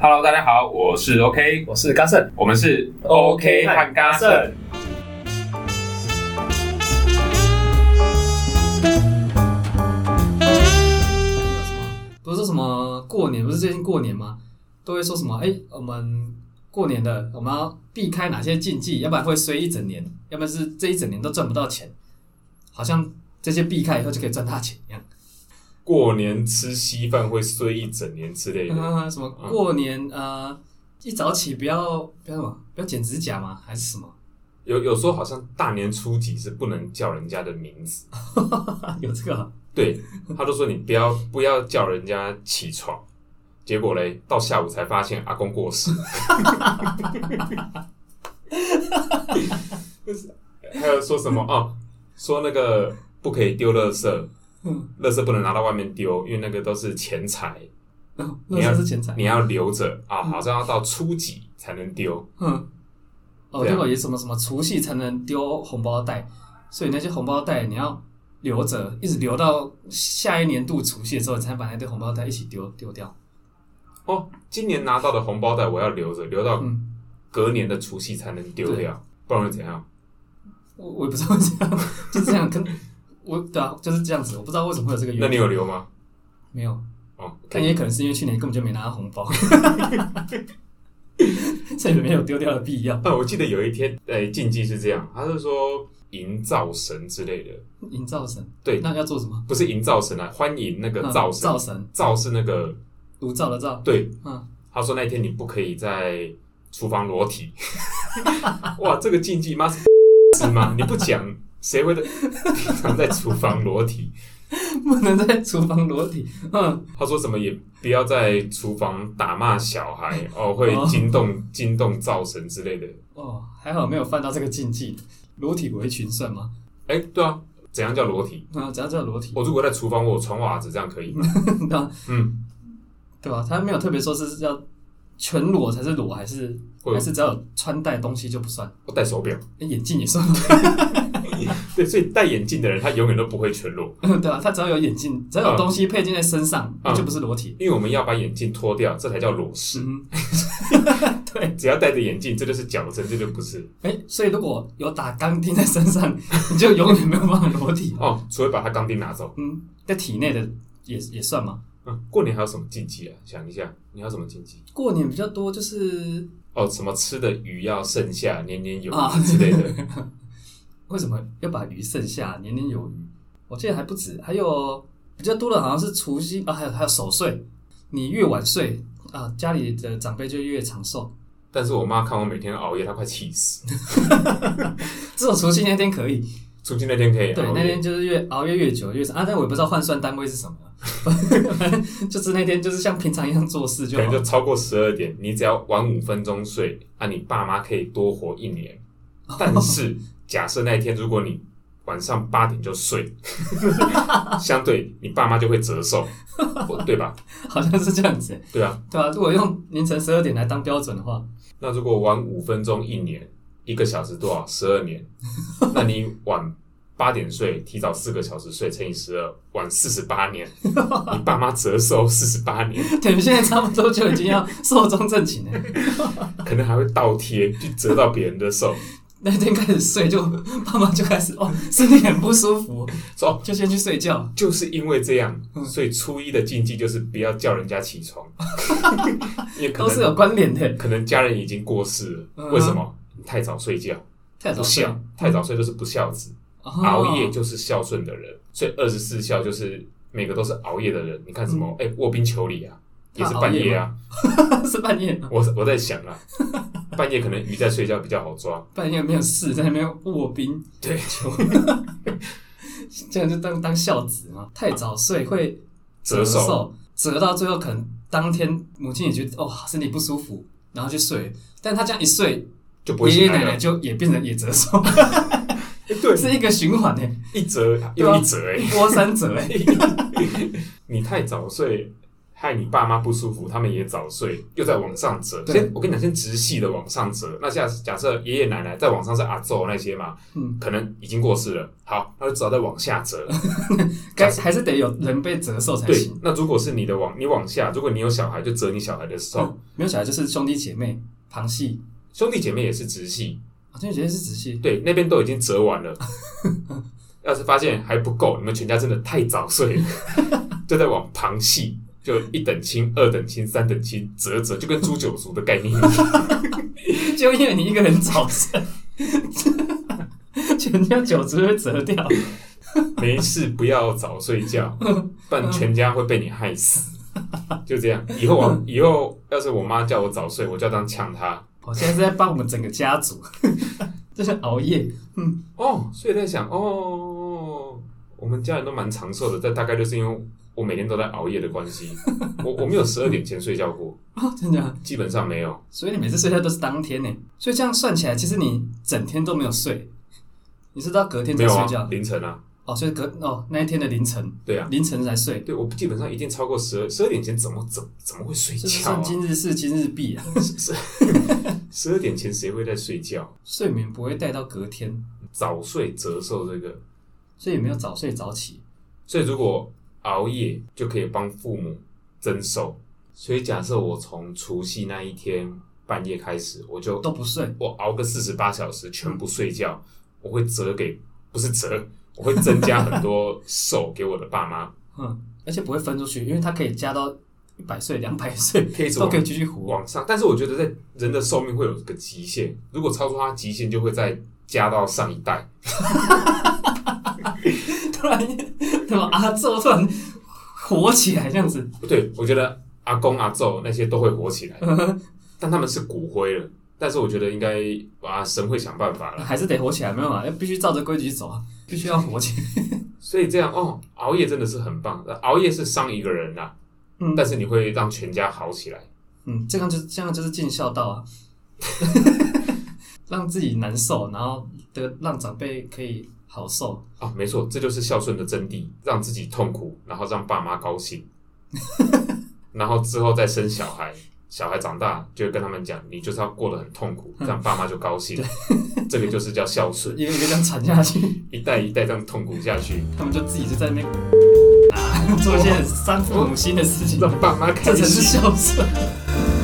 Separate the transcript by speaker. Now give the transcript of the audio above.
Speaker 1: Hello，大家好，我是 OK，
Speaker 2: 我是嘉盛，
Speaker 1: 我们是
Speaker 2: OK 和
Speaker 1: 嘎
Speaker 2: 嘉盛。
Speaker 3: 不是说什么过年，不是最近过年吗？都会说什么？哎、我们过年的我们要避开哪些禁忌，要不然会衰一整年，要不然是这一整年都赚不到钱。好像这些避开以后就可以赚大钱 一样。
Speaker 4: 过年吃稀饭会睡一整年之类的。
Speaker 1: 嗯
Speaker 3: 啊，什么过年呃，一早起不要不要什么，不要剪指甲吗？还 是什么？
Speaker 4: 有有时候好像大年初几是不能叫人家的名字，
Speaker 3: 有这个啊、
Speaker 4: 对，他就说你不要不要叫人家起床。结果嘞，到下午才发现阿公过世。 还有说什么哦？说那个不可以丢垃圾，
Speaker 3: 嗯
Speaker 4: 垃圾不能拿到外面丢，因为那个都是钱财，
Speaker 3: 嗯
Speaker 4: 你
Speaker 3: 那
Speaker 4: 要
Speaker 3: 才是钱财。
Speaker 4: 你要留着啊，好像要到初几才能丢。
Speaker 3: 嗯，哦，
Speaker 4: 对啊
Speaker 3: 结果也什么什么除夕才能丢红包袋，所以那些红包袋你要留着，一直留到下一年度除夕的时候，你才把那堆红包袋一起丢丢掉。
Speaker 4: 哦，今年拿到的红包袋我要留着，留到
Speaker 3: 嗯，
Speaker 4: 隔年的除夕才能丢掉，不然会怎样？
Speaker 3: 我我也不知道这样，就是这样，跟我对啊，就是这样子，我不知道为什么会有这个
Speaker 4: 那
Speaker 3: 原
Speaker 4: 你
Speaker 3: 因。
Speaker 4: 有留吗？
Speaker 3: 没有，
Speaker 4: 哦，
Speaker 3: 但也可能是因为去年根本就没拿到红包， 所以没有丢掉的必要。
Speaker 4: 那我记得有一天，呃、禁忌是这样，他是说迎灶神之类的，
Speaker 3: 营造神，
Speaker 4: 对
Speaker 3: 那要做什么？
Speaker 4: 不是迎灶神啊，欢迎那个
Speaker 3: 嗯
Speaker 4: 灶神，
Speaker 3: 灶神，
Speaker 4: 灶是那个
Speaker 3: 炉灶的灶。
Speaker 4: 对，
Speaker 3: 嗯，
Speaker 4: 他说那一天你不可以在厨房裸体， 哇，这个禁忌妈是 是吗？你不讲，谁会在 平常在厨房裸体？
Speaker 3: 不能在厨房裸体。嗯，
Speaker 4: 他说什么也不要在厨房打骂小 孩哦，会
Speaker 3: 哦
Speaker 4: 惊动、惊动灶神之类的。
Speaker 3: 哦，还好没有犯到这个禁忌。裸体围裙算吗？
Speaker 4: 哎、对啊，怎样叫裸体？
Speaker 3: 啊，只要叫裸体，
Speaker 4: 我如果在厨房，我有穿袜子，这样可以吗？
Speaker 3: 那
Speaker 4: 嗯，
Speaker 3: 对吧？他没有特别说是要全裸才是裸，还是
Speaker 4: 或
Speaker 3: 还
Speaker 4: 者
Speaker 3: 是只要有穿戴东西就不算？
Speaker 4: 我戴手表。
Speaker 3: 诶眼镜也算吗？
Speaker 4: 对，所以戴眼镜的人他永远都不会全裸，
Speaker 3: 对吧？他只要有眼镜，只要有东西配件在身上，那就不是裸体。
Speaker 4: 因为我们要把眼镜脱掉，这才叫裸视。
Speaker 3: 嗯，
Speaker 4: 只要戴着眼镜，这就是矫正，这就不是
Speaker 3: 哎、所以如果有打钢钉在身上， 你就永远没有办法裸体。
Speaker 4: 哦。除非把他钢钉拿走。
Speaker 3: 嗯，在体内的也也算吗？
Speaker 4: 嗯，过年还有什么禁忌啊？想一下，你还有什么禁忌？
Speaker 3: 过年比较多，就是
Speaker 4: 哦，什么吃的鱼要剩下，年年有
Speaker 3: 啊
Speaker 4: 余之类的。
Speaker 3: 为什么要把鱼剩下，年年有余？我记得还不止，还有比较多的好像是除夕啊，还有还有守岁，你越晚睡啊，家里的长辈就越长寿。
Speaker 4: 但是我妈看我每天熬夜，她快气死。
Speaker 3: 只有除夕那天可以，
Speaker 4: 除夕那天可以
Speaker 3: 对，
Speaker 4: 熬
Speaker 3: 那
Speaker 4: 夜
Speaker 3: 天，就是越熬夜越久越长啊，但我也不知道换算单位是什么， 反正就是那天就是像平常一样做事就
Speaker 4: 可能
Speaker 3: 好
Speaker 4: 就。超过十二点，你只要晚五分钟睡，啊，你爸妈可以多活一年。
Speaker 3: 哦
Speaker 4: 但是假设那一天如果你晚上八点就睡， 相对你爸妈就会折寿，不对吧？
Speaker 3: 好像是这样子，
Speaker 4: 对啊。
Speaker 3: 对吧、如果用凌晨十二点来当标准的话，
Speaker 4: 那如果晚五分钟一年，一个小时多少？十二年。那你晚八点睡，提早四个小时睡，乘以十二，晚四十八年，你爸妈折寿四十八年，
Speaker 3: 对，现在差不多就已经要寿终正寝了。
Speaker 4: 可能还会倒贴去折到别人的寿。
Speaker 3: 那天开始睡就，爸妈就开始哦，身体很不舒服，
Speaker 4: 说哦
Speaker 3: 就先去睡觉。
Speaker 4: 就是因为这样，
Speaker 3: 嗯
Speaker 4: 所以初一的禁忌就是不要叫人家起 床，也可
Speaker 3: 都是有
Speaker 4: 能
Speaker 3: 关联的。
Speaker 4: 可能家人已经过世了，
Speaker 3: 嗯哼
Speaker 4: 为什么？你太早睡觉，
Speaker 3: 太
Speaker 4: 不
Speaker 3: 哦早睡嗯
Speaker 4: 孝，太早睡就是不孝子，熬夜就是孝顺的人，所以二十四孝就是每个都是熬夜的人。你看什么？哎、卧冰求鲤啊，也是
Speaker 3: 嗯他
Speaker 4: 半
Speaker 3: 熬夜
Speaker 4: 夜啊。
Speaker 3: 哦 是半夜，
Speaker 4: 我我在想 啊，半夜可能鱼在睡觉比较好抓，
Speaker 3: 半夜没有事，在那边卧冰，
Speaker 4: 对，
Speaker 3: 这样就当当孝子嘛。太早睡会
Speaker 4: 折寿。
Speaker 3: 寿，折到最后可能当天母亲也觉得哦身体不舒服，然后就睡了。但他这样一睡，
Speaker 4: 就不会
Speaker 3: 爷
Speaker 4: 醒
Speaker 3: 爷
Speaker 4: 来
Speaker 3: 奶
Speaker 4: 了。
Speaker 3: 奶就也变成也折寿，
Speaker 4: 哎对，
Speaker 3: 是一个循环 欸呢，
Speaker 4: 一折
Speaker 3: 对
Speaker 4: 又
Speaker 3: 啊
Speaker 4: 一折哎、
Speaker 3: 欸一波三折哎。
Speaker 4: 你太早睡，害你爸妈不舒服，他们也早睡，又在往上折。
Speaker 3: 对
Speaker 4: 先我跟你讲，先直系的往上折。那下假设爷爷奶奶再往上是阿昼那些嘛，
Speaker 3: 嗯，
Speaker 4: 可能已经过世了，好，那就只好再往下折。
Speaker 3: 该还是得有人被折寿才
Speaker 4: 对
Speaker 3: 行。，
Speaker 4: 那如果是你的往你往下，如果你有小孩，就折你小孩的寿。
Speaker 3: 嗯没有小孩就是兄弟姐妹、旁系，啊
Speaker 4: 兄弟姐妹也是直系，
Speaker 3: 我真的觉得是直系。
Speaker 4: 对，那边都已经折完了。要是发现还不够，你们全家真的太早睡了，就在往旁系，就一等亲、二等亲、三等亲折折，就跟诛九族的概念一样。
Speaker 3: 就因为你一个人早睡，全家九只会折掉。
Speaker 4: 没事，不要早睡觉，不
Speaker 3: 嗯
Speaker 4: 然全家会被你害死。就这样，以后我
Speaker 3: 嗯
Speaker 4: 以后要是我妈叫我早睡，我就要当呛她。
Speaker 3: 我现在是在帮我们整个家族， 就是熬夜。
Speaker 4: 哦，所以在想，哦，我们家人都蛮长寿的，但大概就是因为我每天都在熬夜的关系，我我没有十二点前睡觉过，
Speaker 3: 哦，真的啊、
Speaker 4: 基本上没有。
Speaker 3: 所以你每次睡觉都是当天呢，所以这样算起来，其实你整天都没有睡，你是到隔天
Speaker 4: 没有
Speaker 3: 才睡
Speaker 4: 啊
Speaker 3: 觉、，
Speaker 4: 凌晨啊，
Speaker 3: 哦，所以隔哦那一天的凌晨，
Speaker 4: 对啊，
Speaker 3: 凌晨才睡，
Speaker 4: 对我基本上一定超过十二十二点前，怎么怎怎么会睡
Speaker 3: 这是
Speaker 4: 觉
Speaker 3: 算
Speaker 4: 啊？
Speaker 3: 今日事今日毕啊，
Speaker 4: 十二点前谁会在睡觉？
Speaker 3: 睡眠不会带到隔天，
Speaker 4: 早睡折寿这个，
Speaker 3: 所以没有早睡早起。
Speaker 4: 所以如果熬夜就可以帮父母增寿。所以假设我从除夕那一天半夜开始，我就
Speaker 3: 都不睡，
Speaker 4: 我熬个四十八小时全部睡觉，我会折给不是折，我会增加很多寿给我的爸妈，
Speaker 3: 嗯，而且不会分出去，因为它可以加到一百岁、两百岁
Speaker 4: 可以是
Speaker 3: 都
Speaker 4: 往
Speaker 3: 可以继续活。
Speaker 4: 往上。但是我觉得在人的寿命会有个极限，如果超出它极限，就会再加到上一代。
Speaker 3: 突然怎么啊，这突然火起来这样子，
Speaker 4: 对，我觉得阿公阿昼那些都会活起来，但他们是骨灰了。但是我觉得应该啊，神会想办法啦。
Speaker 3: 还是得火起来，没有嘛，必须照着规矩走啊，必须要火起来。
Speaker 4: 所以这样哦，熬夜真的是很棒。呃熬夜是伤一个人啦，
Speaker 3: 嗯
Speaker 4: 但是你会让全家好起来。
Speaker 3: 嗯，这样就这样就是尽孝道啊， 让自己难受，然后得让长辈可以好受。
Speaker 4: 啊、没错，这就是孝顺的真谛，让自己痛苦，然后让爸妈高 兴，然后之后再生小孩，小孩长大就会跟他们讲，你就是要过得很痛苦，这
Speaker 3: 嗯
Speaker 4: 样爸妈就高 兴，这个就是叫孝顺，
Speaker 3: 一个一个这样传下去，
Speaker 4: 一代一代这样痛苦下去，
Speaker 3: 他们就自己就在那边、啊、做一些伤父母心的事情，
Speaker 4: 让爸妈开
Speaker 3: 这才是
Speaker 4: 心。
Speaker 3: 孝顺。